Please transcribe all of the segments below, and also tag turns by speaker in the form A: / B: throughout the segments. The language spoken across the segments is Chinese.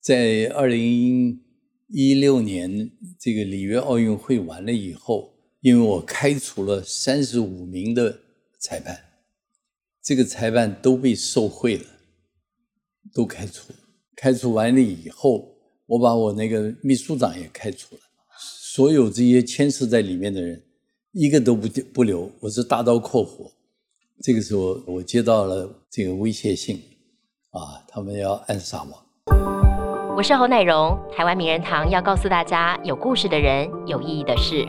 A: 在二零一六年这个里约奥运会完了以后，因为我开除了三十五名的裁判，这个裁判都被受贿了，都开除。开除完了以后，我把我那个秘书长也开除了，所有这些牵涉在里面的人，一个都不不留。我是大刀阔斧。这个时候，我接到了这个威胁信，啊，他们要暗杀我。
B: 我是侯乃荣，台湾名人堂要告诉大家，有故事的人，有意义的事。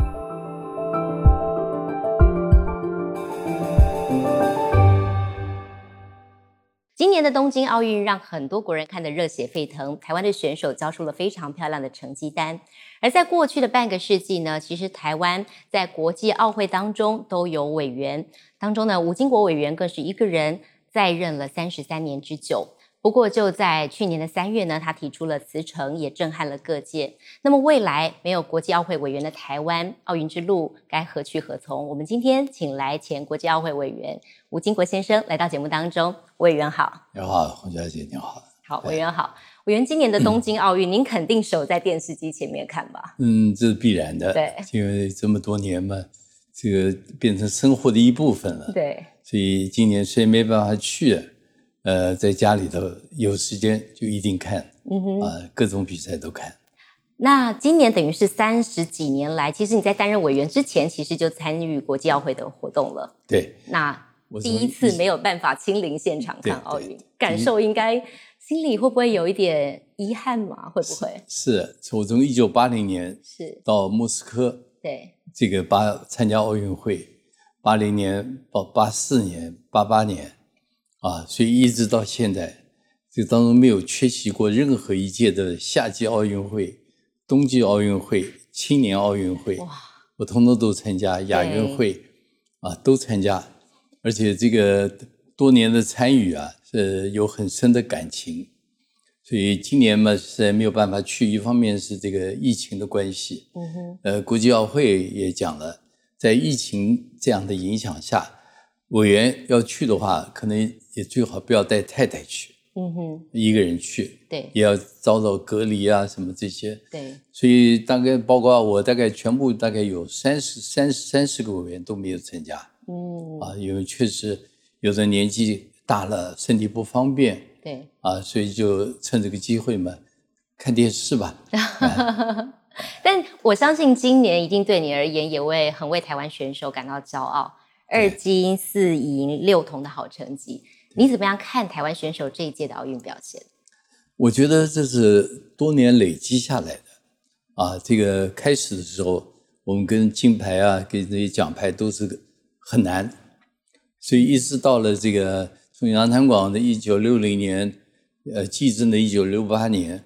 B: 今年的东京奥运让很多国人看得热血沸腾，台湾的选手交出了非常漂亮的成绩单。而在过去的半个世纪呢，其实台湾在国际奥会当中都有委员，当中呢吴金国委员更是一个人在任了三十三年之久。不过就在去年的三月呢，他提出了辞呈，也震撼了各界。那么未来没有国际奥会委员的台湾，奥运之路该何去何从？我们今天请来前国际奥会委员吴金国先生来到节目当中，委员好，
A: 你好，洪哎小姐，你好。
B: 好，
A: 对
B: 委员好，委员今年的东京奥运，您肯定守在电视机前面看吧？
A: 嗯，这是必然的，
B: 对
A: 因为这么多年嘛，这个变成生活的一部分了。
B: 对，
A: 所以今年虽然没办法去，呃，在家里头有时间就一定看
B: 嗯哼。
A: 啊、各种比赛都看。
B: 那今年等于是三十几年来，其实你在担任委员之前，其实就参与国际奥会的活动了。
A: 对，
B: 那
A: 我
B: 第一次没
A: 有
B: 有办法亲临现场看奥
A: 对
B: 运
A: 对，
B: 感受应该心里会不会有一点遗憾嘛？会不会？
A: 是，我从一九八零年
B: 是，
A: 到莫斯科
B: 对，
A: 这个八参加奥运会，八零年、八八四年、八八年，啊，所以一直到现在，这当中没有缺席过任何一届的夏季奥运会、冬季奥运会、青年奥运会，
B: 哇，
A: 我通通都参加，亚运会啊都参加，而且这个多年的参与啊，是有很深的感情。所以今年嘛，实在没有办法去，一方面是这个疫情的关系，
B: 嗯哼，
A: 呃，国际奥会也讲了，在疫情这样的影响下，委员要去的话，可能也最好不要带太太去，
B: 嗯哼，
A: 一个人去，
B: 对，
A: 也要遭到隔离啊什么这些。
B: 对，
A: 所以大概包括我，大概全部大概有三十三三十个委员都没有参加
B: 嗯，
A: 啊，因为确实有的年纪大了，身体不方便
B: 对，
A: 啊，所以就趁这个机会嘛，看电视吧。
B: 但我相信今年一定对你而言也为很为台湾选手感到骄傲，二金四银六铜的好成绩。你怎么样看台湾选手这一届的奥运表现？
A: 我觉得这是多年累积下来的啊。这个开始的时候，我们跟金牌啊，跟这些奖牌都是很难，所以一直到了这个从杨潭广的一九六零年，呃，季正的一九六八年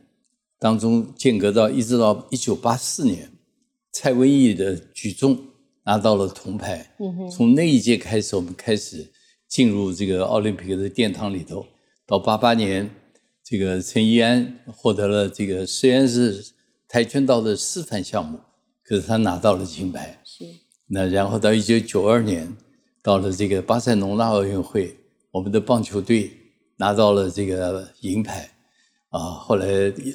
A: 当中间隔到一直到一九八四年，蔡文义的举重拿到了铜牌。
B: 嗯哼，
A: 从那一届开始，我们开始进入这个奥林匹克的殿堂里头。到八八年，这个陈一安获得了这个虽然是跆拳道的示范项目，可是他拿到了金牌。
B: 是，
A: 那然后到一九九二年，到了这个巴塞隆纳奥运会，我们的棒球队拿到了这个银牌，啊，后来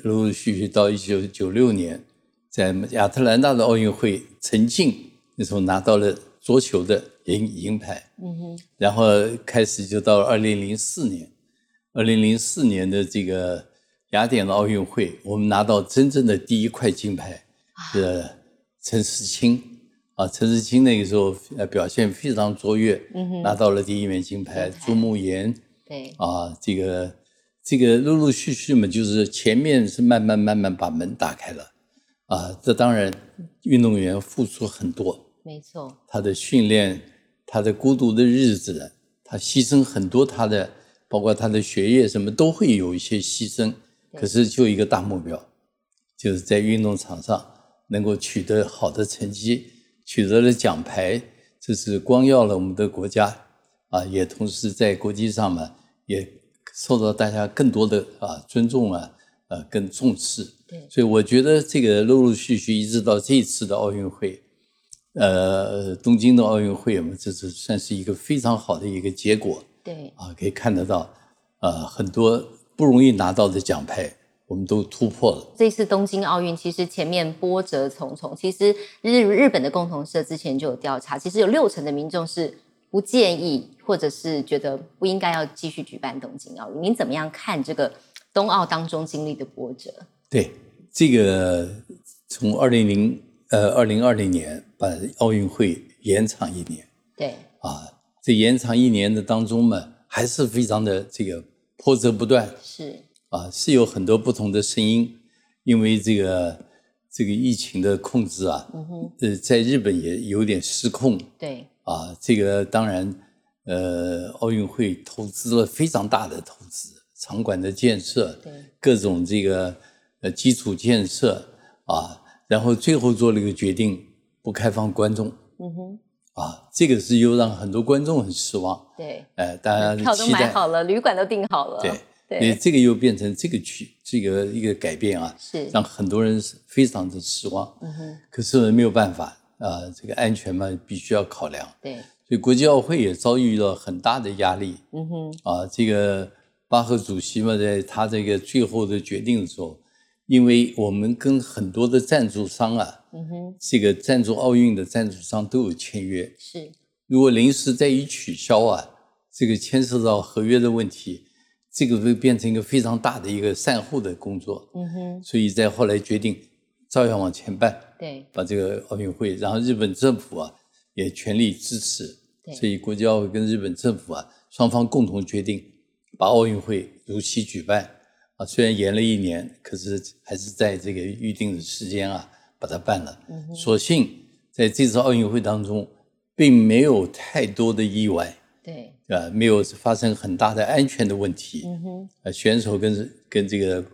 A: 陆陆续续到一九九六年，在亚特兰大的奥运会，陈静那时候拿到了桌球的银银牌，
B: 嗯哼，
A: 然后开始就到二零零四年，二零零四年的这个雅典的奥运会，我们拿到真正的第一块金牌
B: 啊
A: 是陈世清啊，陈世清那个时候呃表现非常卓越，
B: 嗯哼
A: 拿到了第一枚金牌。
B: 金牌
A: 朱慕炎
B: 对，
A: 啊，这个这个陆陆续续嘛，就是前面是慢慢慢慢把门打开了啊，这当然运动员付出很多，
B: 没错，
A: 他的训练，他的孤独的日子，他牺牲很多他的，包括他的学业什么都会有一些牺牲。
B: 对
A: 可是就一个大目标，就是在运动场上能够取得好的成绩，取得了奖牌，这是光耀了我们的国家啊，也同时在国际上嘛，也受到大家更多的啊尊重啊，呃，更重视。
B: 对，
A: 所以我觉得这个陆陆续续一直到这一次的奥运会，呃，东京的奥运会，我们这是算是一个非常好的一个结果
B: 对，
A: 啊啊，可以看得到，呃，很多不容易拿到的奖牌，我们都突破了。
B: 这次东京奥运其实前面波折重重，其实日日本的共同社之前就有调查，其实有六成的民众是不建议，或者是觉得不应该要继续举办东京奥运。您怎么样看这个冬奥当中经历的波折？
A: 对，这个从二零零呃二零二零年把奥运会延长一年
B: 对，
A: 啊，这延长一年的当中嘛，还是非常的这个波折不断
B: 是
A: 啊，是有很多不同的声音，因为这个这个疫情的控制啊，
B: 嗯
A: 呃，在日本也有点失控
B: 对，
A: 啊，这个当然，呃，奥运会投资了非常大的投资，场馆的建设
B: 对，
A: 各种这个呃基础建设啊，然后最后做了一个决定，不开放观众
B: 嗯哼，
A: 啊，这个是又让很多观众很失望，
B: 对，
A: 呃，大家
B: 票都
A: 期
B: 买
A: 待，
B: 好了，旅馆都订好了，
A: 对，
B: 对，
A: 这个又变成这个区这个一个改变啊，
B: 是，
A: 让很多人是非常的失望，
B: 嗯哼，
A: 可是没有办法啊、这个安全嘛必须要考量。
B: 对，
A: 所以国际奥会也遭遇了很大的压力
B: 嗯哼，
A: 啊。这个巴赫主席嘛，在他这个最后的决定的时候，因为我们跟很多的赞助商啊，
B: 嗯哼，
A: 这个赞助奥运的赞助商都有签约，
B: 是，
A: 如果临时再一取消啊，这个牵涉到合约的问题，这个会变成一个非常大的一个善后的工作。
B: 嗯哼，
A: 所以在后来决定，照样往前办。
B: 对，
A: 把这个奥运会，然后日本政府啊也全力支持
B: 对，
A: 所以国际奥会跟日本政府啊双方共同决定把奥运会如期举办啊，虽然延了一年，可是还是在这个预定的时间啊把它办了。
B: 嗯
A: 所幸在这次奥运会当中，并没有太多的意外，
B: 对，
A: 啊，没有发生很大的安全的问题。
B: 嗯哼，
A: 呃，选手跟跟这个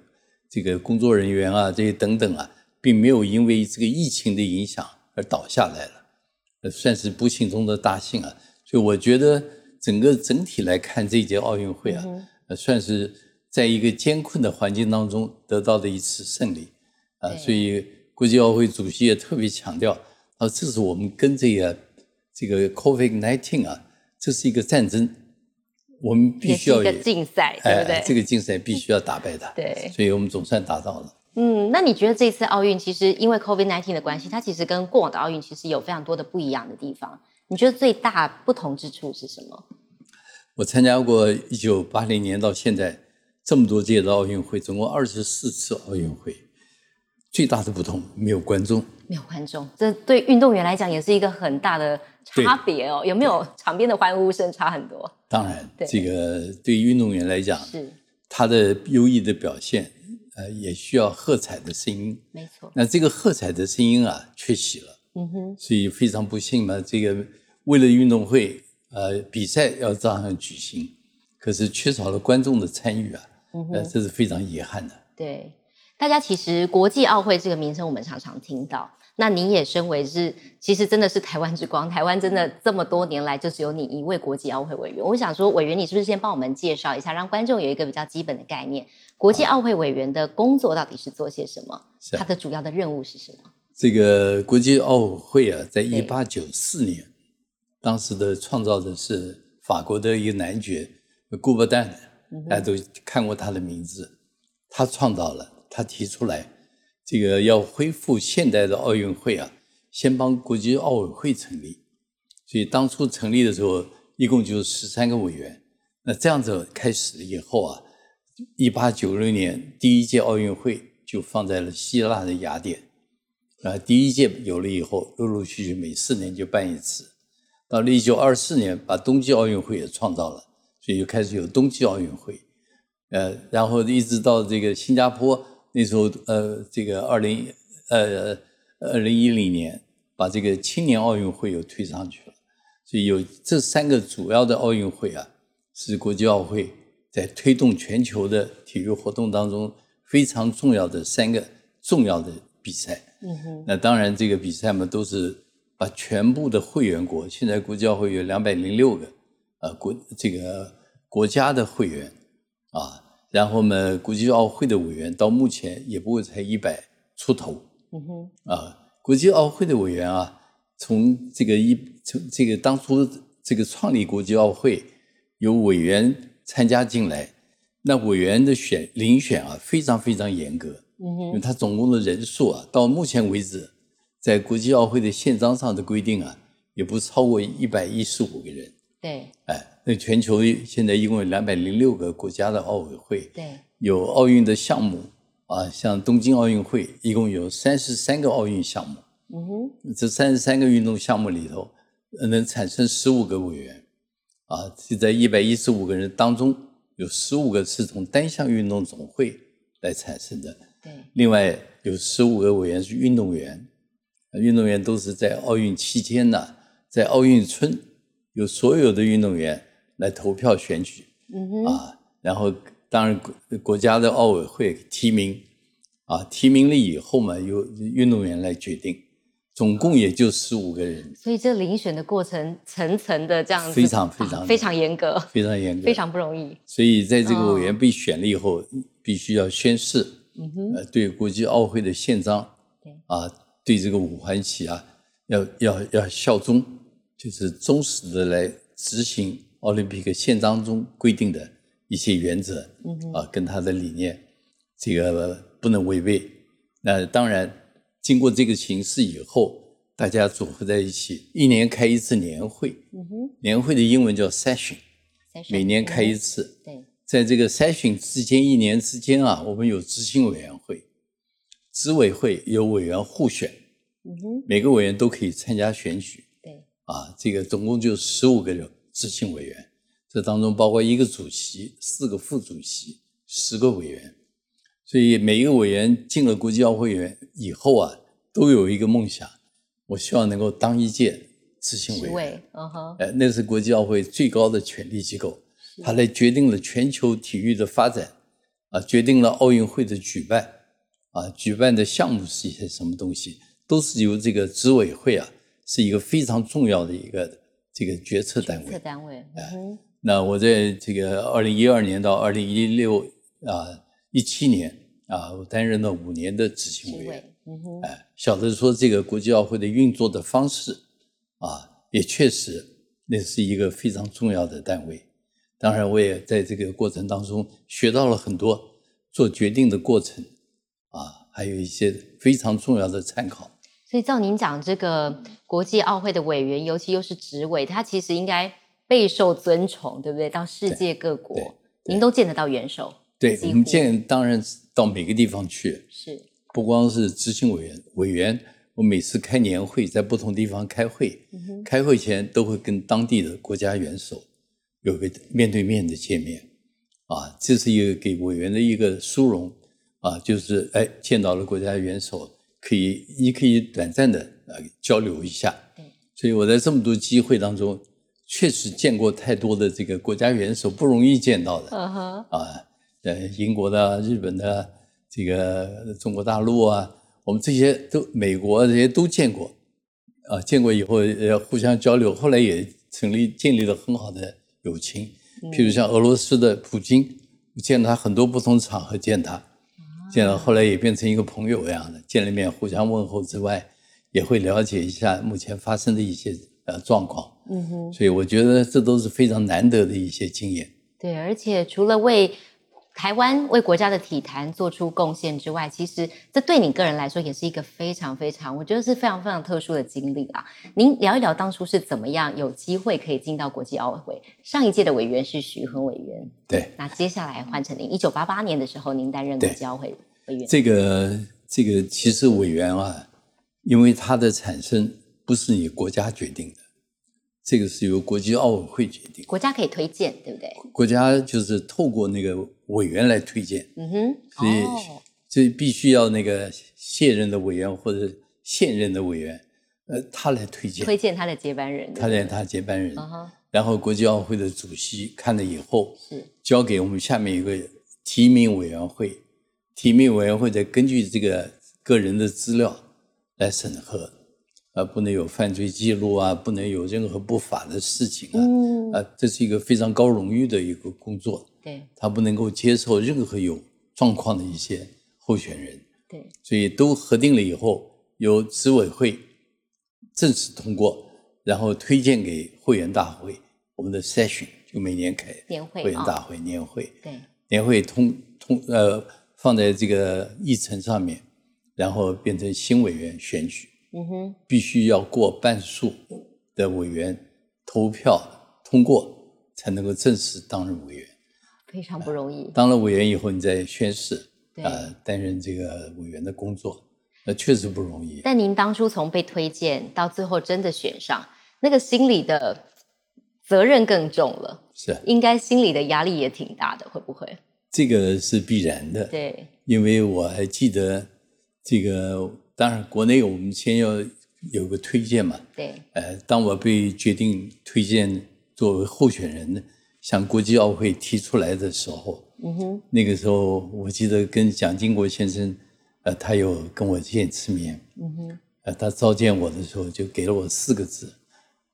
A: 这个工作人员啊，这些等等啊，并没有因为这个疫情的影响而倒下来了，呃，算是不幸中的大幸啊。所以我觉得整个整体来看，这届奥运会啊，
B: 嗯
A: 呃，算是在一个艰困的环境当中得到的一次胜利啊。
B: 对
A: 所以国际奥会主席也特别强调，啊，这是我们跟这个这个 COVID-19 啊，这是一个战争，我们必
B: 也
A: 须
B: 是一
A: 要
B: 个
A: 有哎
B: 竞赛，对不对？
A: 这个竞赛必须要打败它。
B: 对
A: 所以我们总算达到了。
B: 嗯，那你觉得这次奥运其实因为 COVID 1 9的关系，它其实跟过往的奥运其实有非常多的不一样的地方。你觉得最大不同之处是什么？
A: 我参加过一九八零年到现在这么多届的奥运会，总共二十四次奥运会，最大的不同没有观众。
B: 没有观众，这对运动员来讲也是一个很大的差别哦。有没有场边的欢呼声差很多？
A: 当然
B: 对，
A: 这个对于运动员来讲，
B: 是，
A: 他的优异的表现，呃，也需要喝彩的声音。
B: 没错。
A: 那这个喝彩的声音啊，缺席了。
B: 嗯哼，
A: 所以非常不幸嘛，这个为了运动会，呃，比赛要照样举行，可是缺少了观众的参与啊，
B: 嗯
A: 呃，这是非常遗憾的。
B: 对。大家其实国际奥会这个名称我们常常听到，那您也身为是，其实真的是台湾之光，台湾真的这么多年来就只有你一位国际奥会委员。我想说，委员你是不是先帮我们介绍一下，让观众有一个比较基本的概念，国际奥会委员的工作到底是做些什么？
A: 是啊
B: 他的主要的任务是什么？
A: 这个国际奥委会啊，在一
B: 对
A: 八九四年，当时的创造者是法国的一个男爵顾伯旦，大家都看过他的名字，他创造了，他提出来，这个要恢复现代的奥运会啊，先帮国际奥委会成立，所以当初成立的时候，一共就十三个委员。那这样子开始以后啊，一八九六年第一届奥运会就放在了希腊的雅典，啊，第一届有了以后，陆陆续续每四年就办一次。到了一九二四年，把冬季奥运会也创造了，所以就开始有冬季奥运会。呃，然后一直到这个新加坡，那时候呃，这个二零呃二零一零年，把这个青年奥运会又推上去了。所以有这三个主要的奥运会啊，是国际奥会在推动全球的体育活动当中非常重要的三个重要的比赛。
B: 嗯哼，
A: 那当然，这个比赛嘛，都是把全部的会员国，现在国际奥会有两百零六个，呃，国这个国家的会员啊，然后呢，国际奥会的委员到目前也不过才一百出头
B: 嗯哼，
A: 啊。国际奥会的委员啊，从这个一从这个当初这个创立国际奥会，有委员参加进来，那委员的选遴选啊，非常非常严格，
B: 嗯
A: 因
B: 哼，
A: 为他总共的人数啊，到目前为止，在国际奥会的宪章上的规定啊，也不超过一百一十五个人。
B: 对
A: 哎，那全球现在一共有两百零六个国家的奥委会，
B: 对，
A: 有奥运的项目啊，像东京奥运会一共有三十三个奥运项目，
B: 嗯哼，
A: 这三十三个运动项目里头，呃能产生十五个委员，啊，就在一百一十五个人当中，有十五个是从单项运动总会来产生的，
B: 对
A: 另外有十五个委员是运动员，呃运动员都是在奥运期间呢、在奥运村有所有的运动员来投票选举，
B: 嗯哼，
A: 啊，然后当然国国家的奥委会提名啊，提名了以后嘛，由运动员来决定，总共也就十五个人，
B: 所以这遴选的过程层层的这样子，
A: 非常非常
B: 啊非常严格，
A: 非常严格，
B: 非。常不容易。
A: 所以在这个委
B: 哦
A: 员被选了以后，必须要宣誓，
B: 嗯哼，
A: 呃，对国际奥会的宪章
B: 对，
A: 啊，对这个五环旗啊，要要要效忠，就是忠实的来执行奥林匹克宪章中规定的一些原则，
B: 嗯
A: 啊，跟他的理念，这个不能违背。那当然，经过这个形式以后，大家组合在一起，一年开一次年会，
B: 嗯哼，
A: 年会的英文叫 session，
B: 三十
A: 每年开一
B: 嗯
A: 次。
B: 对，
A: 在这个筛选之间，一年之间啊，我们有执行委员会、执委会有委员互选，
B: 嗯哼，
A: 每个委员都可以参加选举
B: 对，
A: 啊。这个总共就十五个人执行委员，这当中包括一个主席、四个副主席、十个委员。所以每一个委员进了国际奥会员以后啊，都有一个梦想，我希望能够当一届执行委
B: 职
A: 员。
B: 位，嗯哼，
A: 呃，那是国际奥会最高的权力机构，它来决定了全球体育的发展，啊，决定了奥运会的举办，啊，举办的项目是一些什么东西，都是由这个执委会啊，是一个非常重要的一个这个决策单
B: 各
A: 位。
B: 单位，嗯哼，
A: 那我在这个二零一二年到二零一六啊一七年啊，我担任了五年的执行委
B: 职
A: 员。
B: 位，嗯哼，
A: 哎，晓得说这个国际奥会的运作的方式啊，也确实那是一个非常重要的单位。当然，我也在这个过程当中学到了很多做决定的过程啊，还有一些非常重要的参考。
B: 所以照您讲，这个国际奥会的委员，尤其又是执委，他其实应该备受尊崇，对不对？到世界各
A: 对
B: 国
A: 对，
B: 您都见得到元首，
A: 对
B: 几乎
A: 我们建当然是到每个地方去，
B: 是，
A: 不光是执行委员委员，我每次开年会，在不同地方开会，
B: 嗯哼，
A: 开会前都会跟当地的国家元首有个面对面的见面，啊，这是一个给委员的一个殊荣，啊，就是哎见到了国家元首，可以你可以短暂的呃交流一下
B: 对。
A: 所以我在这么多机会当中，确实见过太多的这个国家元首不容易见到的
B: 嗯哼，
A: 啊，呃，英国的、日本的、这个中国大陆啊，我们这些都美国这些都见过，啊，见过以后呃互相交流，后来也成立建立了很好的友情。譬如像俄罗斯的普京，我见他很多不同场合见他，见了后来也变成一个朋友一样的，见了面互相问候之外，也会了解一下目前发生的一些呃状况。
B: 嗯哼。
A: 所以我觉得这都是非常难得的一些经验。
B: 对，而且除了为台湾、为国家的体坛做出贡献之外，其实这对你个人来说也是一个非常非常，我觉得是非常非常特殊的经历啊。您聊一聊当初是怎么样有机会可以进到国际奥委会？上一届的委员是徐恒委员，
A: 对。
B: 那接下来换成您，一九八八年的时候，您担任国
A: 对
B: 际奥委会委员。
A: 这个这个歧视委员啊，因为它的产生不是你国家决定的，这个是由国际奥委会决定，
B: 国家可以推荐，对不对？
A: 国家就是透过那个委员来推荐，
B: 嗯哼，
A: 所以
B: 哦，
A: 所以必须要那个卸任的委员或者现任的委员，呃，他来推荐，
B: 推荐他的接班人，
A: 他
B: 对
A: 来
B: 不对
A: 他接班人，
B: 嗯哼，
A: 然后国际奥委会的主席看了以后，
B: 是
A: 交给我们下面一个提名委员会，提名委员会再根据这个个人的资料来审核，啊，不能有犯罪记录啊，不能有任何不法的事情啊，
B: 嗯
A: 啊，这是一个非常高荣誉的一个工作，
B: 对
A: 他不能够接受任何有状况的一些候选人，
B: 对，
A: 所以都核定了以后，由执委会正式通过，然后推荐给会员大会，我们的 session 就每年开
B: 年会
A: 会员
B: 啊
A: 大会年会。
B: 对
A: 年会通通呃放在这个议程上面，然后变成新委员选举，
B: 嗯哼，
A: 必须要过半数的委员投票通过，才能够正式当任委员。
B: 非
A: 嗯
B: 常不容易。
A: 当了委员以后，你再宣誓，
B: 对
A: 呃，担任这个委员的工作，那确实不容易。
B: 但您当初从被推荐到最后真的选上，那个心里的责任更重了，
A: 是
B: 应该心里的压力也挺大的，会不会？
A: 这个是必然的。
B: 对，
A: 因为我还记得这个，当然国内我们先要有个推荐嘛。
B: 对，
A: 呃，当我被决定推荐作为候选人，向国际奥会提出来的时候，
B: 嗯哼，
A: 那个时候我记得跟蒋经国先生，呃，他有跟我见一次面，
B: 嗯哼，
A: 呃，他召见我的时候就给了我四个字：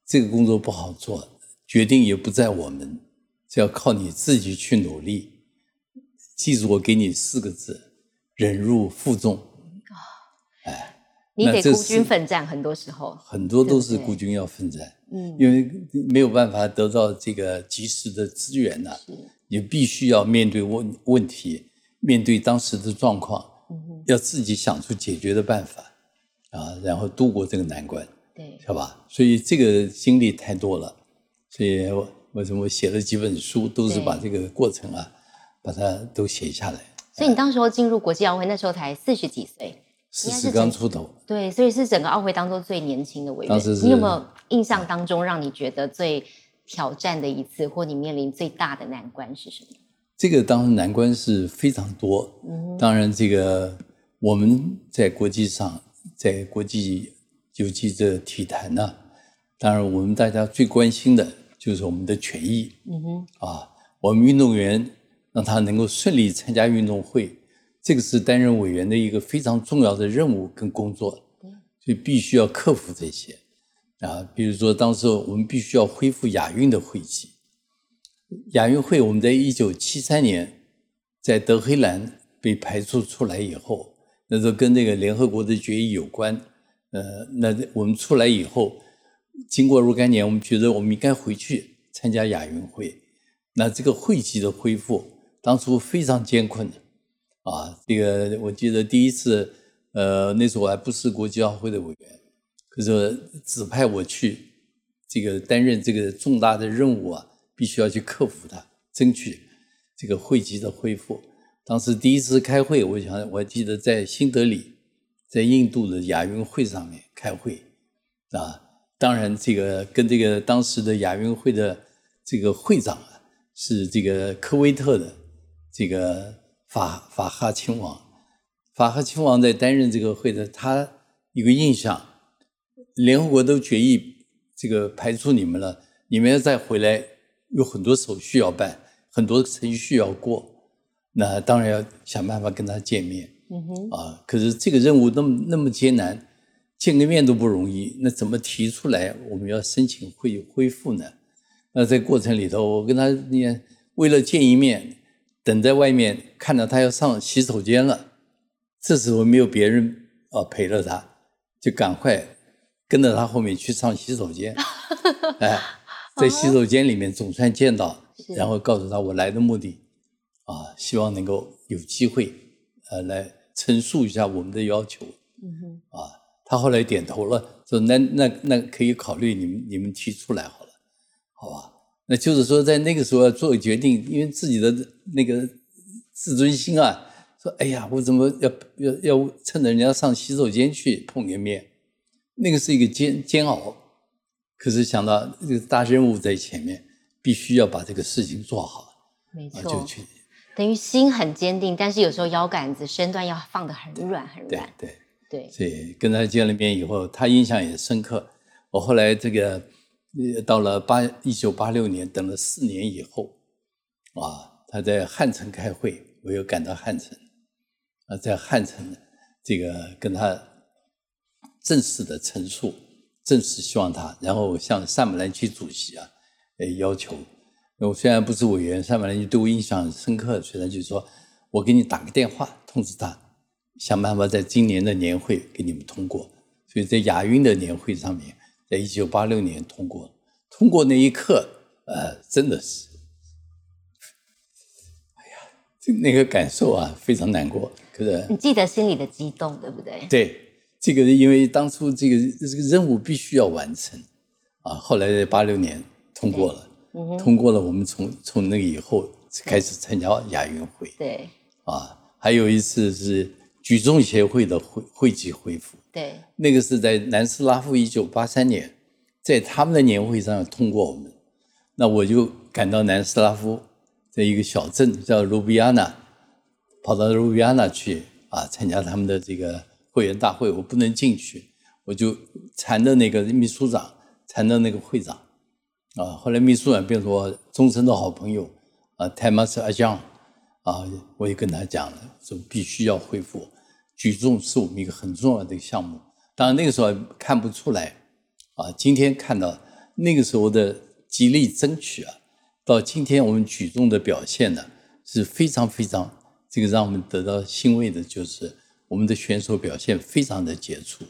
A: 这个工作不好做，决定也不在我们，这要靠你自己去努力。记住我给你四个字：忍辱负重。
B: 你
A: 那
B: 得
A: 这
B: 孤
A: 是
B: 军奋战，很多时候，
A: 很多都
B: 对
A: 是
B: 不对
A: 孤军要奋战，
B: 嗯，
A: 因为没有办法得到这个及时的资源呐、你必须要面对问问题，面对当时的状况，
B: 嗯
A: 要自己想出解决的办法啊，然后度过这个难关。
B: 对，
A: 是吧？所以这个经历太多了，所以我为什么我写了几本书，都是
B: 对
A: 把这个过程啊，把它都写下来。
B: 所以你当时候进入国际奥会，那时候才四十几岁，
A: 四
B: 应该
A: 十
B: 是
A: 刚
B: 整
A: 出头，
B: 对，所以是整个奥会当中最年轻的委员
A: 当时。是
B: 你有没有印象当中让你觉得最挑战的一次，或你面临最大的难关是什么？
A: 这个当然难关是非常多。
B: 嗯
A: 当然，这个我们在国际上，在国际尤其这体坛呢、当然我们大家最关心的就是我们的权益。
B: 嗯哼，
A: 啊，我们运动员让他能够顺利参加运动会，这个是担任委员的一个非常重要的任务跟工作，
B: 嗯
A: 所以必须要克服这些啊。比如说，当时我们必须要恢复亚运的会籍，亚运会我们在一九七三年在德黑兰被排除出来以后，那时候跟那个联合国的决议有关。呃，那我们出来以后，经过若干年，我们觉得我们应该回去参加亚运会。那这个会籍的恢复，当初非常艰困的啊。这个我记得第一次，呃，那时候我还不是国际奥会的委员，可是指派我去这个担任这个重大的任务啊，必须要去克服它，争取这个会籍的恢复。当时第一次开会，我想我还记得在新德里，在印度的亚运会上面开会啊。当然，这个跟这个当时的亚运会的这个会长啊，是这个科威特的这个法法哈亲王。法哈亲王在担任这个会的，他有个印象，联合国都决议这个排除你们了，你们要再回来，有很多手续要办，很多程序要过，那当然要想办法跟他见面
B: 嗯哼，
A: 啊。可是这个任务那么那么艰难，见个面都不容易，那怎么提出来我们要申请恢恢复呢？那在过程里头，我跟他也为了见一面，等在外面看到他要上洗手间了，这时候没有别人啊、呃陪着他，就赶快跟着他后面去上洗手间。哎，在洗手间里面总算见到，
B: 是
A: 然后告诉他我来的目的，啊，希望能够有机会呃来陈述一下我们的要求。
B: 嗯哼，
A: 啊，他后来点头了，说那那那可以考虑你们你们提出来好了，好吧？那就是说在那个时候要做决定，因为自己的那个自尊心啊，说哎呀，我怎么要要要趁着人家上洗手间去碰个面，那个是一个煎煎熬。可是想到这个大任务在前面，必须要把这个事情做好，
B: 没
A: 啊，
B: 错，
A: 就去
B: 等于心很坚定，但是有时候腰杆子、身段要放得很软很
A: 对
B: 软。
A: 对。
B: 对，
A: 所以跟他见了面以后，他印象也深刻。我后来这个呃到了八一九八六年，等了四年以后，啊，他在汉城开会，我又赶到汉城，啊，在汉城这个跟他正式的陈述，正式希望他，然后向萨马兰奇主席啊，呃要求。那我虽然不是委员，萨马兰奇对我印象很深刻，所以他就说我给你打个电话通知他，想办法在今年的年会给你们通过。所以在亚运的年会上面，在一九八六年通过，通过那一刻，呃，真的是，哎呀，这那个感受啊，非常难过。可是
B: 你记得心里的激动，对不 对？
A: 对，这个因为当初这个这个任务必须要完成啊，后来在八六年通过了，
B: 嗯哼，
A: 通过了，我们从从那个以后开始参加亚运会
B: 对
A: 啊，还有一次是举重协会的会会籍恢复，
B: 对，
A: 那个是在南斯拉夫一九八三年，在他们的年会上通过我们，那我就赶到南斯拉夫的一个小镇叫卢比亚纳，跑到卢比亚纳去啊参加他们的这个会员大会，我不能进去，我就缠着那个秘书长，缠着那个会长，啊，后来秘书长变成我终身的好朋友啊，Thomas a j a n 啊，我也跟他讲了，说必须要恢复举重是我们一个很重要的一个项目。当然那个时候还看不出来，啊，今天看到那个时候的极力争取啊，到今天我们举重的表现呢是非常非常这个让我们得到欣慰的，就是我们的选手表现非常的杰出。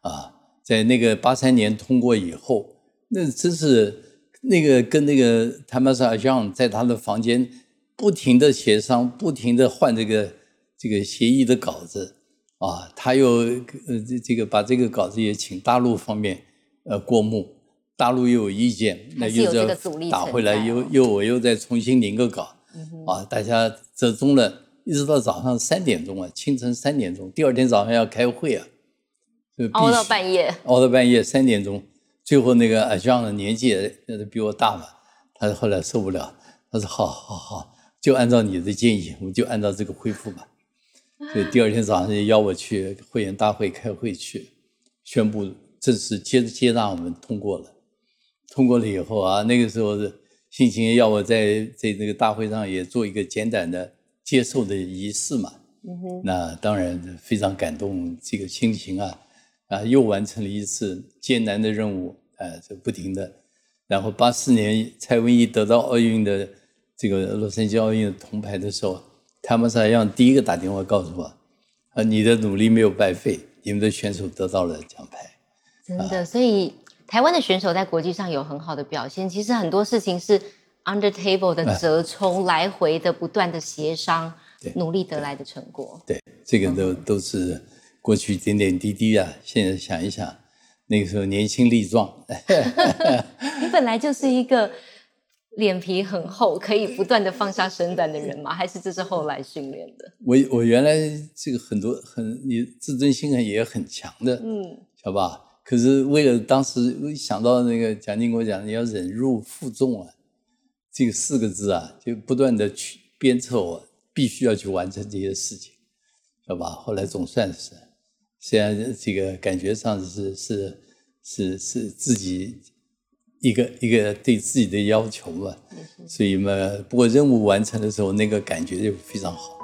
A: 啊，在那个八三年通过以后，那真是那个跟那个谭马萨将在他的房间不停的协商，不停的换这个这个协议的稿子啊，他又呃这这个把这个稿子也请大陆方面呃过目，大陆又有意见，那
B: 还是有
A: 又
B: 这
A: 要
B: 个阻力
A: 打
B: 存
A: 回来，
B: 在
A: 又
B: 哦
A: 又我又再重新拟个稿。
B: 嗯哼，
A: 啊，大家折中了，一直到早上三点钟啊，清晨三点钟，第二天早上要开会啊，所以必须
B: 熬到半夜，
A: 熬到半夜三点钟，最后那个阿江的年纪也也比我大嘛，他后来受不了，他说好好好，就按照你的建议，我们就按照这个恢复吧。所以第二天早上就邀我去会员大会开会去，宣布正式接接纳我们通过了。通过了以后啊，那个时候是心情要我在在这个大会上也做一个简短的接受的仪式嘛。
B: 嗯哼，
A: 那当然非常感动，这个心情啊，啊，又完成了一次艰难的任务，啊，这不停的。然后八四年蔡文毅得到奥运的这个洛杉矶奥运的铜牌的时候，他们才让第一个打电话告诉我，啊，你的努力没有白费，你们的选手得到了奖牌。
B: 真的，所以台湾的选手在国际上有很好的表现，其实很多事情是 under table 的折冲，来回的不断的协商
A: 哎对，
B: 努力得来的成果。
A: 对，这个都都是过去点点滴滴啊。现在想一想，那个时候年轻力壮，
B: 你本来就是一个脸皮很厚，可以不断的放下身段的人吗？还是这是后来训练的？
A: 我我原来这个很多很也自尊心很也很强的，
B: 嗯，
A: 晓得吧？可是为了当时想到那个蒋经国讲你要忍辱负重啊，这个四个字啊，就不断的去鞭策我，必须要去完成这些事情，晓得吧？后来总算是，虽然这个感觉上是是是是自己一个一个对自己的要求嘛，所以嘛，不过任务完成的时候，那个感觉就非常好。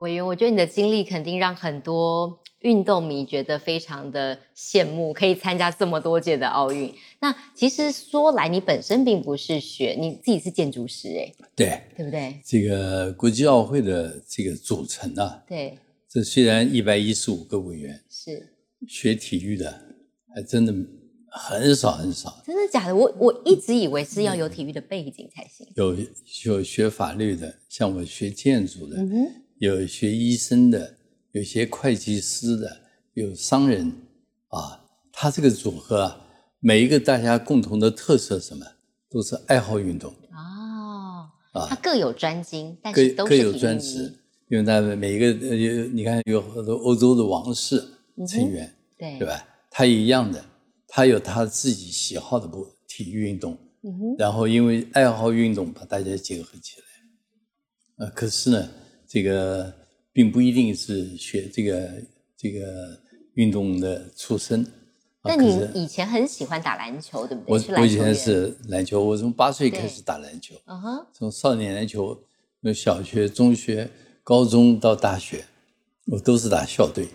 B: 委员，我觉得你的经历肯定让很多运动迷觉得非常的羡慕，可以参加这么多届的奥运。那其实说来，你本身并不是学，你自己是建筑师、诶，
A: 对，
B: 哎，对不对？
A: 这个国际奥会的这个组成啊，
B: 对，
A: 这虽然一百一十五个委员
B: 是
A: 学体育的，还真的很少很少，
B: 真的假的？我我一直以为是要有体育的背景才行。
A: 有有学法律的，像我学建筑的，
B: 嗯哼，
A: 有学医生的，有学会计师的，有商人啊。他这个组合啊，每一个大家共同的特色是什么，都是爱好运动
B: 哦，
A: 啊
B: 他。各有专精，但
A: 各
B: 是都
A: 各
B: 是体育
A: 有专
B: 迷
A: 职，因为他们每一个呃，有你看有很多欧洲的王室成员，
B: 嗯对
A: 对？吧？他也一样的，他有他自己喜好的不体育运动，
B: 嗯哼，
A: 然后因为爱好运动把大家结合起来。呃，可是呢，这个并不一定是学这个这个运动的出身。啊
B: 那
A: 可
B: 你
A: 是
B: 以前很喜欢打篮球，对不对？
A: 我
B: 是篮
A: 我以
B: 球
A: 前
B: 员，
A: 是篮球，我从八岁开
B: 对
A: 始打篮球，
B: 嗯哼，
A: 从少年篮球，从小学、中学、高中到大学，我都是打校队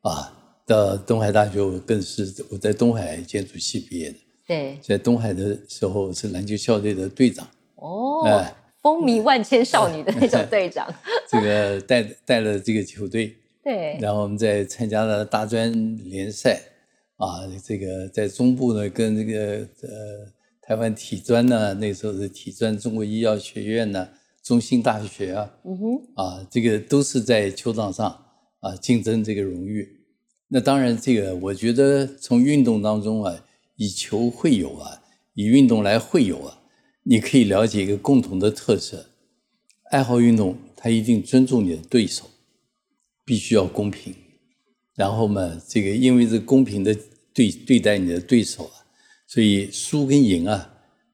A: 啊。到东海大学，我更是我在东海建筑系毕业的，
B: 对，
A: 在东海的时候我是篮球校队的队长，
B: 哦，
A: 哎
B: 风靡万千少女的那种队长，
A: 这个带带了这个球队
B: 对，
A: 然后我们在参加了大专联赛，啊，这个在中部呢，跟这个呃台湾体专呢，那时候是体专中国医药学院呢，中兴大学啊，
B: 嗯哼，
A: 啊，这个都是在球场上啊竞争这个荣誉。那当然，这个我觉得从运动当中啊，以球会友啊，以运动来会友啊，你可以了解一个共同的特色：爱好运动，他一定尊重你的对手，必须要公平。然后嘛，这个因为是公平的对对待你的对手啊，所以输跟赢啊，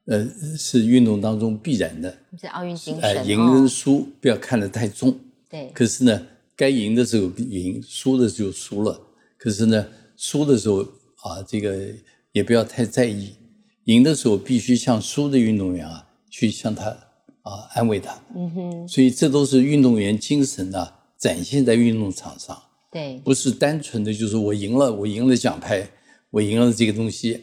A: 呃，是运动当中必然的。
B: 这奥运精
A: 呃，
B: 神，
A: 赢
B: 哦
A: 跟输不要看得太重。
B: 对，
A: 可是呢，该赢的时候赢，输的时候输了。可是呢，输的时候啊，这个也不要太在意。赢的时候必须向输的运动员啊，去向他啊安慰他。
B: 嗯哼，
A: 所以这都是运动员精神啊，展现在运动场上，
B: 对，
A: 不是单纯的就是我赢了，我赢了奖牌，我赢了这个东西，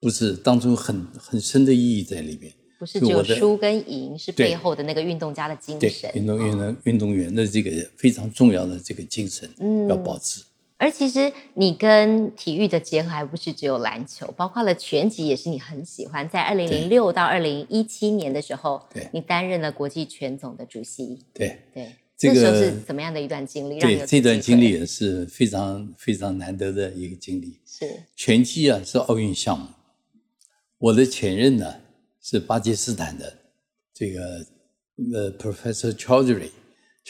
A: 不是当中很很深的意义在里面。
B: 不是
A: 就
B: 只有
A: 我的
B: 输跟赢，是
A: 对
B: 背后的那个运动家的精
A: 对嗯
B: 神，
A: 运动员的运动员的这个非常重要的这个精神，
B: 嗯
A: 要保持。
B: 而其实你跟体育的结合还不是只有篮球，包括了拳击也是你很喜欢。在二零零六到二零一七年的时候
A: 对，
B: 你担任了国际拳总的主席。
A: 对
B: 对，
A: 这
B: 那时候
A: 个
B: 是怎么样的一段经历？让你
A: 对，
B: 有
A: 这段
B: 机会
A: 经历也是非常非常难得的一个经历。
B: 是
A: 拳击啊是奥运项目，我的前任呢是巴基斯坦的这个呃 Professor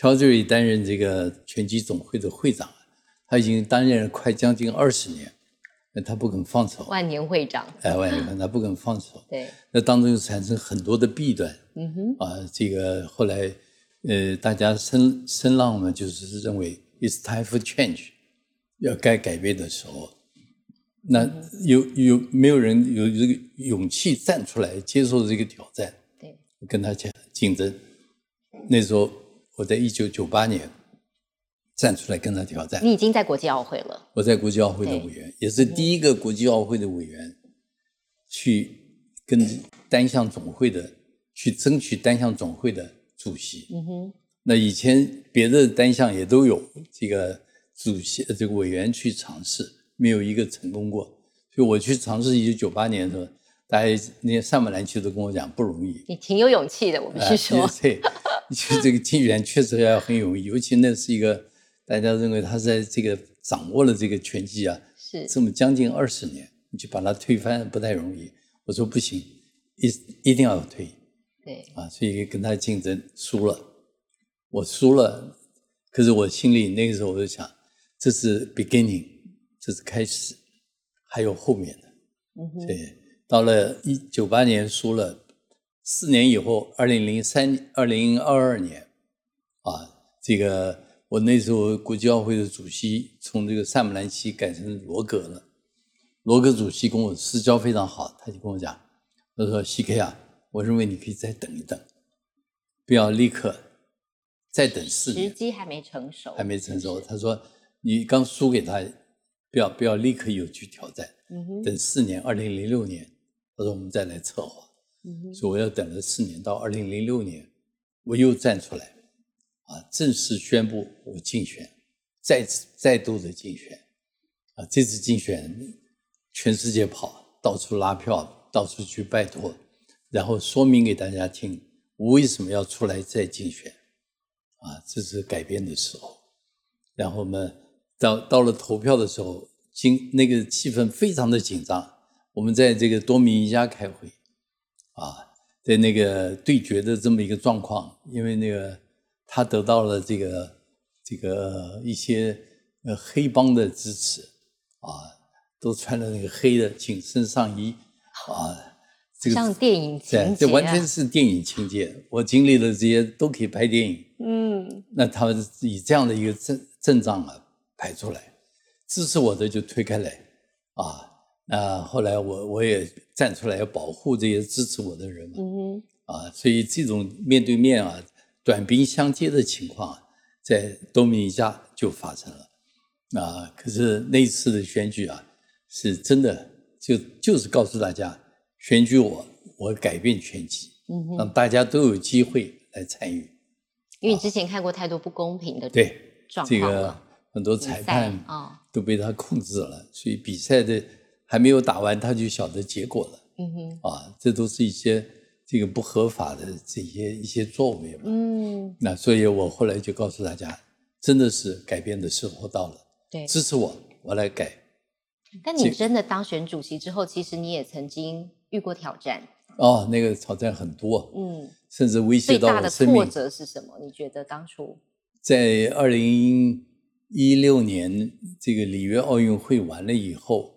A: Chowdhury，Chowdhury 担任这个拳击总会的会长，他已经担任了快将近二十年，那他不肯放手，
B: 万年会长。
A: 哎，万一他不肯放手，
B: 对，
A: 那当中就产生很多的弊端。
B: 嗯哼，
A: 啊，这个后来呃，大家声声浪呢，就是认为 it's time for change，要该改变的时候，那
B: 嗯
A: 有有没有人有这个勇气站出来接受这个挑战，
B: 对，
A: 跟他抢竞争？那时候我在一九九八年站出来跟他挑战，
B: 你已经在国际奥会了。
A: 我在国际奥会的
B: 对
A: 委员，也是第一个国际奥会的委员，去跟单项总会的去争取单项总会的主席。
B: 嗯哼，
A: 那以前别的单项也都有这个主席呃这个委员去尝试，没有一个成功过。所以我去尝试一九九八年的时候，大家那些上半篮球都跟我讲不容易，
B: 你挺有勇气的，我必须说。
A: 啊、对， 就这个竞选确实要很容易，尤其那是一个大家认为他在这个掌握了这个拳击啊，
B: 是
A: 这么将近二十年，你去把它推翻不太容易。我说不行，一一定要推
B: 对，
A: 啊，所以跟他竞争输了，我输了，可是我心里那个时候我就想，这是 beginning，这是开始，还有后面的。
B: 嗯哼，
A: 对，到了一九八年输了，四年以后，二零零三、二零二二年，啊，这个我那时候国际奥会的主席从这个萨姆兰奇改成罗格了。罗格主席跟我私交非常好，他就跟我讲，他说：“C K 啊，我认为你可以再等一等，不要立刻，再等四年
B: 时。”机还没成熟，
A: 还没成熟。他说：“你刚输给他，不要不要立刻有去挑战，
B: 嗯哼
A: 等四年，二零零六年，他说我们再来策划。
B: 嗯哼，
A: 所以我要等了四年，到二零零六年，我又站出来，啊，正式宣布我竞选，再次再度的竞选，啊，这次竞选全世界跑，到处拉票，到处去拜托，然后说明给大家听，我为什么要出来再竞选，啊，这是改变的时候。然后我们到到了投票的时候，紧那个气氛非常的紧张。我们在这个多米尼加开会，啊，在那个对决的这么一个状况，因为那个他得到了这个这个一些呃黑帮的支持啊，都穿了那个黑的紧身上衣啊，这个
B: 像电影情节、
A: 对，
B: 啊，
A: 这完全是电影情节。我经历了这些都可以拍电影，
B: 嗯，
A: 那他们以这样的一个阵阵仗啊排出来，支持我的就推开来啊。那后来我我也站出来要保护这些支持我的人嘛
B: 嗯哼，
A: 啊，所以这种面对面啊短兵相接的情况啊，在多米尼加就发生了啊。可是那次的选举啊，是真的就就是告诉大家，选举我，我改变拳击，
B: 嗯哼。
A: 让大家都有机会来参与。
B: 因为你之前看过太多不公平的
A: 对，
B: 状
A: 这
B: 况
A: 个
B: 了。
A: 很多
B: 比
A: 裁
B: 赛
A: 判
B: 哦，
A: 都被他控制了，所以比赛的还没有打完，他就晓得结果了。
B: 嗯哼，
A: 啊，这都是一些这个不合法的这些一些作为嘛。
B: 嗯，
A: 那所以我后来就告诉大家，真的是改变的时候到了，
B: 对。
A: 支持我，我来改。
B: 但你真的当选主席之后，其实你也曾经遇过挑战，
A: 哦，那个挑战很多，
B: 嗯，
A: 甚至威胁
B: 最
A: 到
B: 大
A: 我
B: 的
A: 生命
B: 挫。折是什么？你觉得当初？
A: 在二零一六年这个里约奥运会完了以后，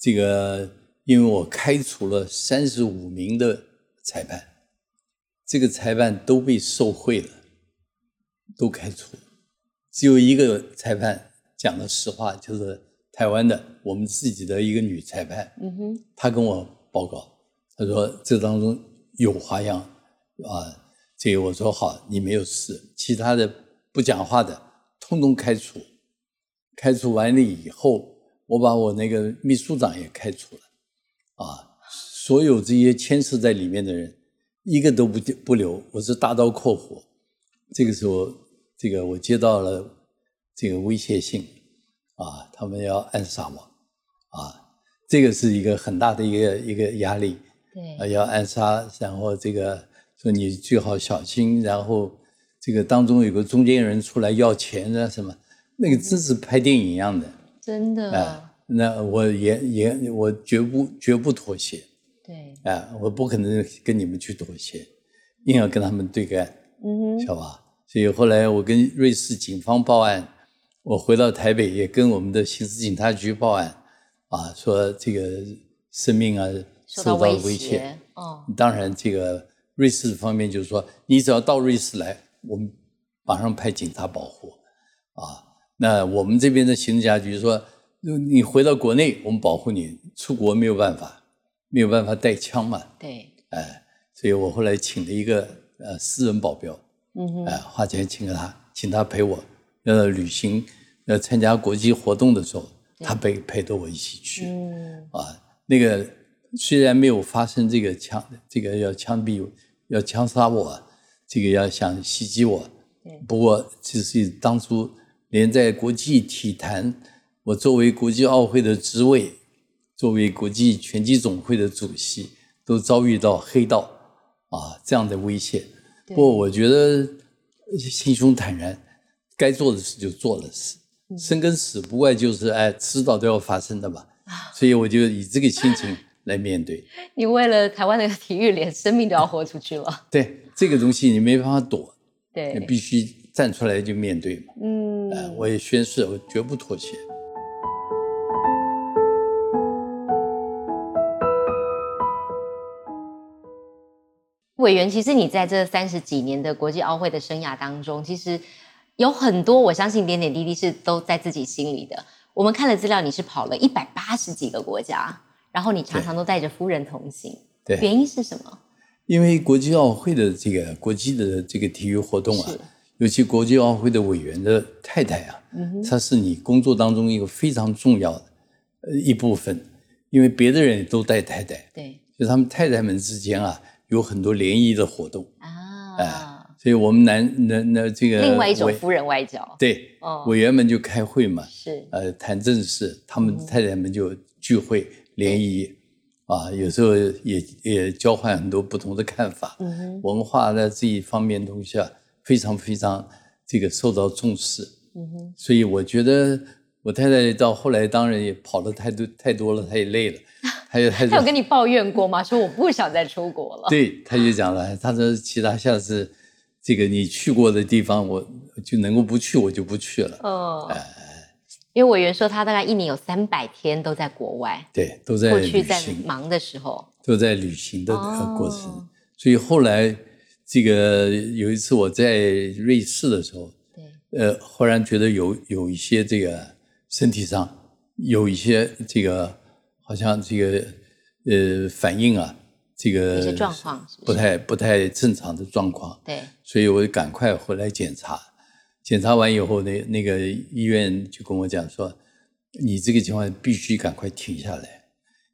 A: 这个因为我开除了三十五名的裁判，这个裁判都被受贿了，都开除，只有一个裁判讲了实话，就是台湾的我们自己的一个女裁判，
B: 嗯哼，
A: 他跟我报告，他说这当中有花样啊。这个我说好，你没有事，其他的不讲话的通通开除。开除完了以后，我把我那个秘书长也开除了，啊，所有这些牵涉在里面的人，一个都不不留，我是大刀阔斧。这个时候，这个我接到了这个威胁信，啊，他们要暗杀我，啊，这个是一个很大的一个一个压力，
B: 对，
A: 啊，要暗杀，然后这个说你最好小心，然后这个当中有个中间人出来要钱啊什么，那个真是拍电影一样的。
B: 真的，
A: 啊那我也也我绝不绝不妥协
B: 对，
A: 啊，我不可能跟你们去妥协，硬要跟他们对干。
B: 嗯哼，
A: 晓得吧？所以后来我跟瑞士警方报案，我回到台北也跟我们的刑事警察局报案，啊，说这个生命啊
B: 受
A: 受
B: 到
A: 到
B: 威
A: 威嗯
B: 胁，哦，
A: 当然，这个瑞士方面就是说，你只要到瑞士来，我们马上派警察保护，啊，那我们这边的刑察局说，呃你回到国内，我们保护你，出国没有办法，没有办法带枪嘛，
B: 对，
A: 哎，所以我后来请了一个呃私人保镖，
B: 嗯哼，
A: 哎，花钱请了他，请他陪我，要旅行，要参加国际活动的时候，他陪陪着我一起去。
B: 嗯，
A: 啊，那个虽然没有发生这个枪，这个要枪毙、要枪杀我，啊这个要想袭击我
B: 嗯，
A: 不过这是当初连在国际体坛，我作为国际奥会的职位，作为国际拳击总会的主席，都遭遇到黑道啊这样的威胁。
B: 对
A: 不过我觉得心胸坦然，该做的事就做了事，
B: 嗯
A: 生跟死不外就是哎，迟早都要发生的嘛。
B: 啊
A: 所以我就以这个心情来面 对。
B: 你为了台湾的 体育，连生命都要豁出去了，
A: 对这个东西你没办法躲，你
B: 对，
A: 必须站出来就面对嘛。
B: 嗯，
A: 哎，我也宣誓，我绝不妥协。
B: 委员，其实你在这三十几年的国际奥会的生涯当中，其实有很多我相信点点滴滴是都在自己心里的。我们看了资料，你是跑了一百八十几个国家，然后你常常都带着夫人同行，
A: 对，
B: 原因是什么？
A: 因为国际奥会的这个国际的这个体育活动啊
B: 是，
A: 尤其国际奥会的委员的太太啊，
B: 嗯
A: 她是你工作当中一个非常重要的呃一部分，因为别的人都带太太，
B: 对
A: 就他们太太们之间啊有很多联谊的活动，
B: 啊，
A: 所以我们男男那这个
B: 另外一种
A: 委
B: 夫人外交，
A: 对
B: 哦
A: 委员们就开会嘛，
B: 是
A: 呃，谈政事，他
B: 嗯
A: 们太太们就聚会联谊，啊，有时候也也交换很多不同的看法，
B: 嗯
A: 文化的这一方面东西啊，非常非常这个受到重视，
B: 嗯
A: 所以我觉得我太太到后来当然也跑的太多太多了，她也累了，她也太
B: 他
A: 多
B: 有跟你抱怨过吗？说我不想再出国了。
A: 对，他就讲了，他说其他下次这个你去过的地方，我就能够不去，我就不去了。
B: 嗯，因为委员说他大概一年有三百天都在国外，
A: 对，都在
B: 过去
A: 旅
B: 在
A: 行，
B: 忙的时候，
A: 都在旅行的
B: 哦
A: 呃过程。所以后来这个有一次我在瑞士的时候，
B: 对，
A: 呃，忽然觉得有有一些这个身体上有一些这个好像这个呃反应啊，这个
B: 有些状况是不
A: 不
B: 是？
A: 太不太正常的状况。
B: 对，
A: 所以我就赶快回来检查。检查完以后呢，那个医院就跟我讲说，你这个情况必须赶快停下来，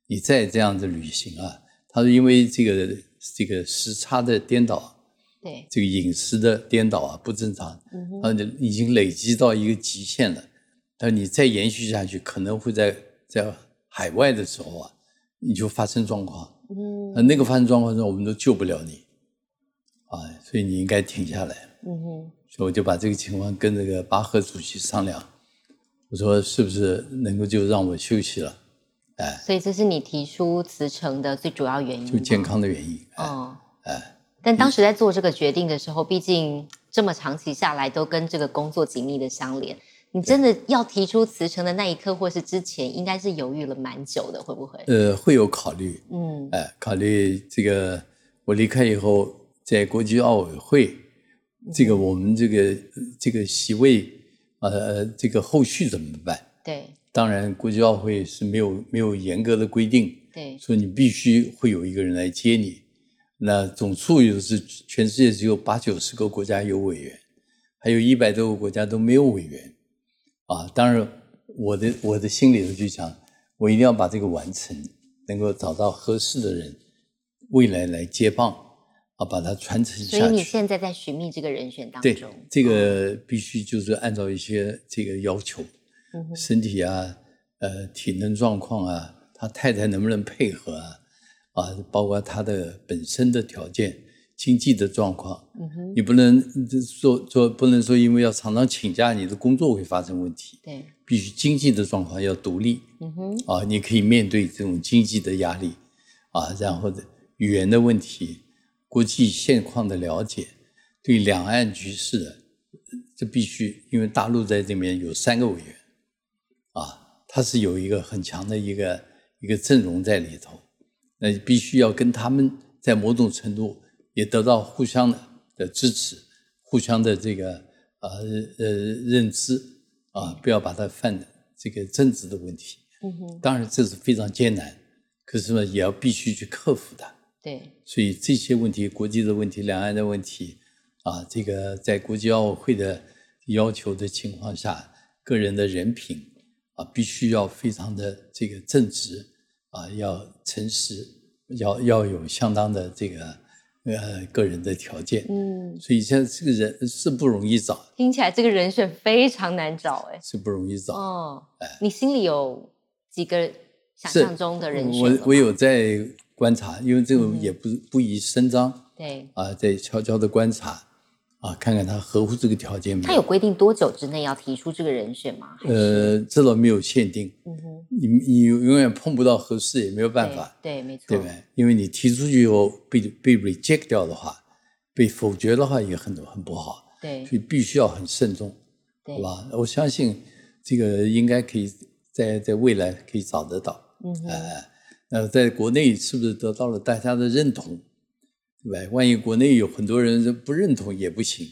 A: 你再这样子旅行啊。他说，因为这个这个时差的颠倒，
B: 对，嗯
A: 这个饮食的颠倒啊不正常，他说已经累积到一个极限了。但你再延续下去，可能会在在海外的时候啊，你就发生状况。
B: 嗯
A: 那那个发生状况中，我们都救不了你啊，所以你应该停下来。
B: 嗯哼
A: 所以我就把这个情况跟那个巴赫主席商量，我说是不是能够就让我休息了，
B: 所以这是你提出辞呈的最主要原因。
A: 就健康的原因。
B: 哦，
A: 哎
B: 但
A: 嗯
B: 当时在做这个决定的时候，毕竟这么长期下来都跟这个工作紧密的相连，你真的要提出辞呈的那一刻，或是之前，应该是犹豫了蛮久的，会不会？
A: 呃，会有考虑，
B: 嗯
A: 哎、考虑这个我离开以后，在国际奥委会，这个我们这个这个席位，呃，这个后续怎么办？
B: 对
A: 当然，国际奥委会是没有没有严格的规定，
B: 对，
A: 说你必须会有一个人来接你。那总数又是全世界只有八九十个国家有委员，还有一百多个国家都没有委员啊。当然，我的我的心里头就想，我一定要把这个完成，能够找到合适的人，未来来接棒啊，把它传承
B: 所以
A: 下
B: 你
A: 去。
B: 现在在寻觅这个人选当
A: 对
B: 中，，
A: 这个必须就是按照一些这个要求，
B: 嗯哼
A: 身体啊，呃，体能状况啊，他太太能不能配合啊，啊，包括他的本身的条件、经济的状况，
B: 嗯哼，
A: 你不能说说不能说因为要常常请假，你的工作会发生问题，
B: 对，
A: 必须经济的状况要独立
B: 嗯哼，
A: 啊，你可以面对这种经济的压力啊，然后的语言的问题、国际现况的了解、对两岸局势的，这必须，因为大陆在这边有三个委员。啊，他是有一个很强的一个一个阵容在里头，那你必须要跟他们在某种程度也得到互相的的支持，互相的这个呃呃认知啊，不要把它犯这个政治的问题。
B: 嗯哼，
A: 当然这是非常艰难，可是呢也要必须去克服它。
B: 对，
A: 所以这些问题，国际的问题、两岸的问题，啊，这个在国际奥委会的要求的情况下，个人的人品啊，必须要非常的这个正直啊，要诚实，要要有相当的这个呃个人的条件。
B: 嗯，
A: 所以像这个人是不容易找，
B: 听起来这个人选非常难找，哎，
A: 是不容易找。
B: 哦，你心里有几个想
A: 是
B: 象中的人选了
A: 我我
B: 吗
A: 有在观察，因为这个
B: 嗯
A: 也不、不宜声张
B: 对，
A: 啊，在悄悄的观察啊，看看他合乎这个条件没有
B: 他。有规定多久之内要提出这个人选吗？还是，
A: 呃，这倒没有限定，
B: 嗯哼，
A: 你你永远碰不到合适，也没有办法，
B: 对，对没错，
A: 对不对？因为你提出去以后被被 reject 掉的话，被否决的话也很很不好，
B: 对
A: 所以必须要很慎重，
B: 对
A: 好吧？我相信这个应该可以在在未来可以找得到。
B: 嗯
A: 呃
B: 哼，
A: 那在国内是不是得到了大家的认同，对吧？万一国内有很多人不认同也不行，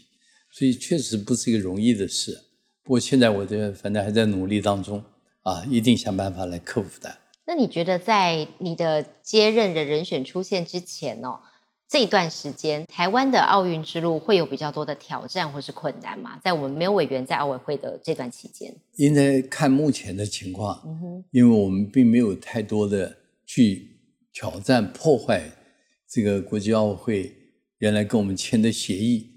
A: 所以确实不是一个容易的事。不过现在我这反正还在努力当中啊，一定想办法来克服它。
B: 那你觉得在你的接任的人选出现之前哦，这一段时间台湾的奥运之路会有比较多的挑战或是困难吗？在我们没有委员在奥委会的这段期间，
A: 应该看目前的情况，
B: 嗯哼，
A: 因为我们并没有太多的去挑战破坏这个国际奥委会原来跟我们签的协议。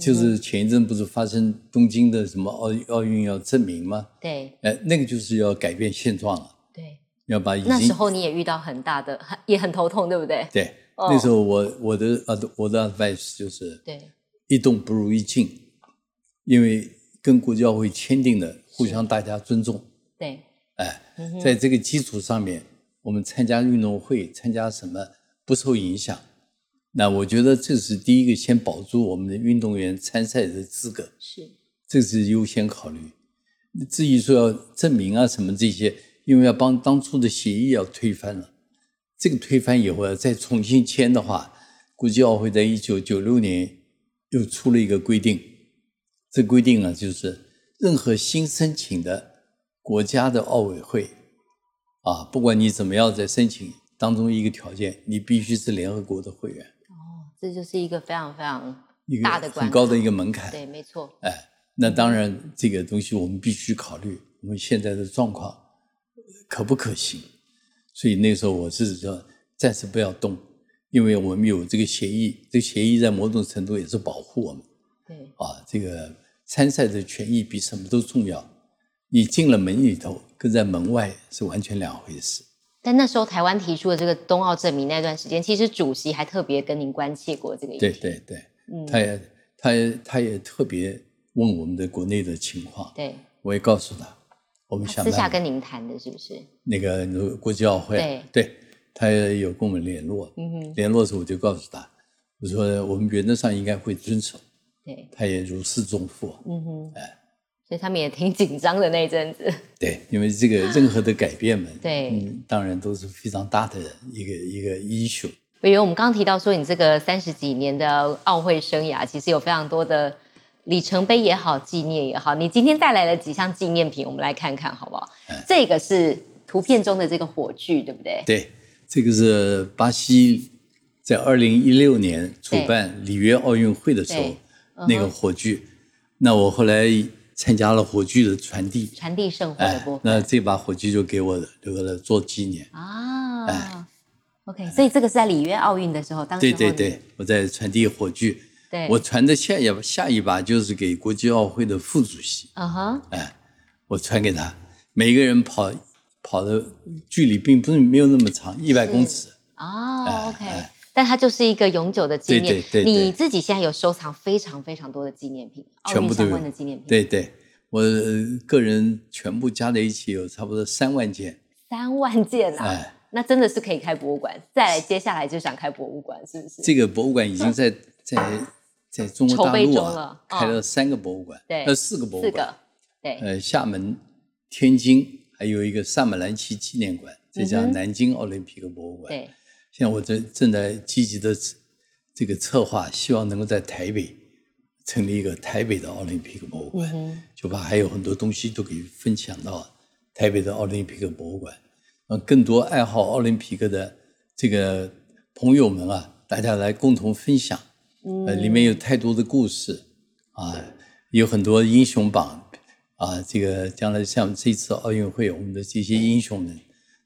A: 就是前一阵不是发生东京的什么奥奥运要证明吗？
B: 对
A: 哎，那个就是要改变现状了，
B: 对，
A: 要把已经
B: 那时候你也遇到很大的，很也很头痛，对不对？
A: 对、
B: 哦
A: 那时候我我的呃我的 advice 就是
B: 对
A: 一动不如一静，因为跟国际奥会签订的互相大家尊重，
B: 对，
A: 哎，
B: 嗯哼
A: 在这个基础上面，我们参加运动会参加什么不受影响。那我觉得这是第一个，先保住我们的运动员参赛的资格。
B: 是，
A: 这是优先考虑。至于说要证明啊什么这些，因为要帮当初的协议要推翻了，这个推翻以后要再重新签的话，估计奥会在一九九六年又出了一个规定，这规定呢就是任何新申请的国家的奥委会啊，不管你怎么样在申请当中一个条件，你必须是联合国的会员，
B: 哦，这就是一个非常非常
A: 一个
B: 大的关
A: 很高
B: 卡
A: 的一个门槛。
B: 对，没错，
A: 哎，那当然，这个东西我们必须考虑我们现在的状况呃可不可行。所以那时候我是说，暂时不要动，因为我们有这个协议，这个协议在某种程度也是保护我们
B: 对
A: 啊。这个参赛的权益比什么都重要。你进了门里头，跟在门外是完全两回事。
B: 但那时候台湾提出的这个冬奥证明那段时间，其实主席还特别跟您关切过这个议题。
A: 对对对，
B: 嗯
A: 他也他也他也特别问我们的国内的情况，
B: 对，
A: 我也告诉他，我们
B: 他
A: 想
B: 私
A: 办
B: 下
A: 法
B: 跟您谈的，是不是？
A: 那个国际奥会，
B: 对
A: 对，他也有跟我们联络，
B: 嗯哼，
A: 联络的时候我就告诉他，我说我们原则上应该会遵守，
B: 对，
A: 他也如释重负。
B: 嗯哼，所以他们也挺紧张的那一阵子。
A: 对，因为这个任何的改变嘛，
B: 对
A: 嗯，当然都是非常大的一个一个 issue。
B: 委员，我们刚刚提到说，你这个三十几年的奥会生涯，其实有非常多的里程碑也好，纪念也好。你今天带来了几项纪念品，我们来看看好不好？这个是图片中的这个火炬，对不对？
A: 哎对，这个是巴西在二零一六年主办里约奥运会的时
B: 对嗯
A: 候那个火炬，那我后来参加了火炬的传递，
B: 传递圣火的
A: 哎
B: 部，分、
A: 那这把火炬就给我留下来做纪念。
B: 啊。OK，所以这个是在里约奥运的时候，当时
A: 哎对
B: 候
A: 对
B: 你
A: 对，我在传递火炬，
B: 对，
A: 我传的下一把下一把就是给国际奥会的副主席。
B: 嗯哼，
A: 我传给他，每个人跑跑的距离并不是没有那么长，一百公尺。
B: 哦，OK，但它就是一个永久的纪念。
A: 哎对对对对
B: 你自己现在有收藏非常非常多的纪念品，奥
A: 全
B: 运
A: 部都
B: 相
A: 有
B: 关的纪念品，
A: 对对，我呃个人全部加在一起有差不多三万件。
B: 三万件啊！
A: 哎，
B: 那真的是可以开博物馆。再来，接下来就想开博物馆，是不是？
A: 这个博物馆已经 在在在中国大
B: 筹备
A: 陆
B: 中
A: 啊
B: 了哦
A: 开了三个博物馆，
B: 对
A: 呃四个博
B: 四
A: 物
B: 个
A: 馆，，
B: 对，
A: 呃厦门、天津，还有一个萨马兰奇纪念馆，再加
B: 嗯哼
A: 上南京奥林匹克博物馆。
B: 对，
A: 现在我正正在积极的这个策划，希望能够在台北成立一个台北的奥林匹克博物馆，就把还有很多东西都可以分享到台北的奥林匹克博物馆，让更多爱好奥林匹克的这个朋友们啊，大家来共同分享。呃，里面有太多的故事啊，有很多英雄榜啊，这个将来像这次奥运会，我们的这些英雄们，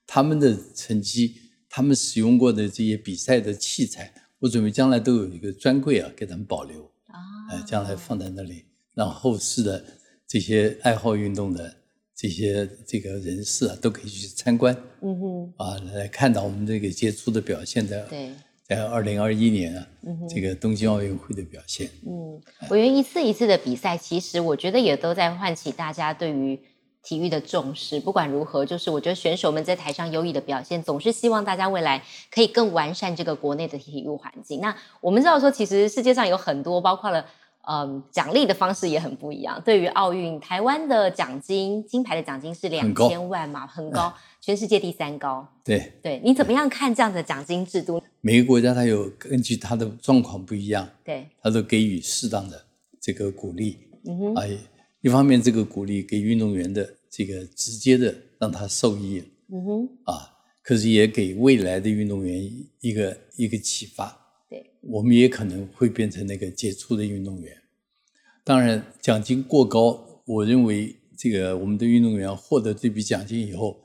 A: 他们的成绩，他们使用过的这些比赛的器材，我准备将来都有一个专柜啊，给他们保留，
B: 啊，
A: 呃，将来放在那里，让后世的这些爱好运动的这些这个人士啊，都可以去参观
B: 嗯哼，
A: 啊，来看到我们这个杰出的表现的，
B: 对，
A: 在二零二一年啊，这个东京奥运会的表现。
B: 嗯，我觉得一次一次的比赛，其实我觉得也都在唤起大家对于体育的重视。不管如何，就是我觉得选手们在台上优异的表现，总是希望大家未来可以更完善这个国内的体育环境。那我们知道说，其实世界上有很多，包括了。嗯，奖励的方式也很不一样。对于奥运，台湾的奖金，金牌的奖金是两
A: 很高嗯
B: 千万嘛，很高，全世界第三高。
A: 对，
B: 对你怎么样看这样的奖金制度？
A: 每个国家它有根据它的状况不一样，
B: 对，
A: 它都给予适当的这个鼓励。
B: 嗯哼，
A: 啊，一方面这个鼓励给运动员的这个直接的让他受益
B: 嗯哼，
A: 啊，可是也给未来的运动员一个一个启发。
B: 对，
A: 我们也可能会变成那个杰出的运动员。当然，奖金过高，我认为这个我们的运动员获得这笔奖金以后，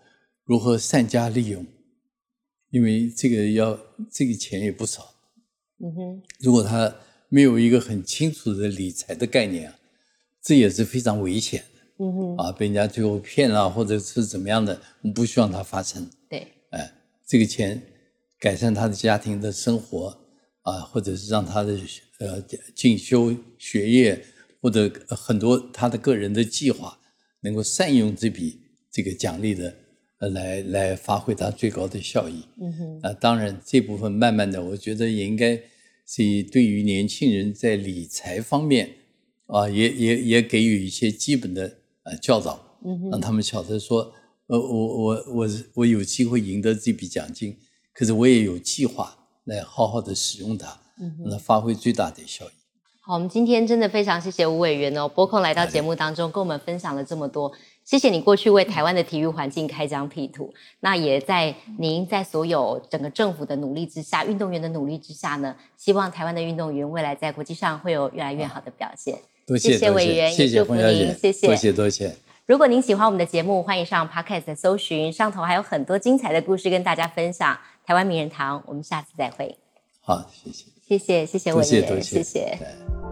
A: 如何善加利用，因为这个要这个钱也不少。
B: 嗯哼，
A: 如果他没有一个很清楚的理财的概念啊，这也是非常危险的
B: 嗯哼，
A: 啊！被人家最后骗了，或者是怎么样的，我们不希望它发生。
B: 对。
A: 哎，这个钱改善他的家庭的生活啊，或者是让他的呃进修学业，或者呃很多他的个人的计划，能够善用这笔这个奖励的，呃，来来发挥它最高的效益。
B: 嗯哼，
A: 啊，当然这部分慢慢的，我觉得也应该是对于年轻人在理财方面啊，也也也给予一些基本的呃教导，
B: 嗯
A: 让他们晓得说，呃，我我我我有机会赢得这笔奖金，可是我也有计划来好好的使用它，
B: 嗯
A: 让它发挥最大的效益。
B: 好，我们今天真的非常谢谢吴委员哦，拨空来到节目当中，跟我们分享了这么多。谢谢你过去为台湾的体育环境开疆辟土，那也在您在所有整个政府的努力之下，运动员的努力之下呢，希望台湾的运动员未来在国际上会有越来越好的表现。
A: 多
B: 谢
A: 谢
B: 谢
A: 多
B: 委员
A: 谢
B: 也
A: 谢
B: 祝福
A: 冯小
B: 您
A: 姐，
B: 谢谢
A: 多谢多谢。
B: 如果您喜欢我们的节目，欢迎上 Podcast 搜寻，上头还有很多精彩的故事跟大家分享。台湾名人堂，我们下次再会。
A: 好，谢谢，
B: 谢谢，谢谢委
A: 多
B: 员，
A: 谢多谢，
B: 谢
A: 对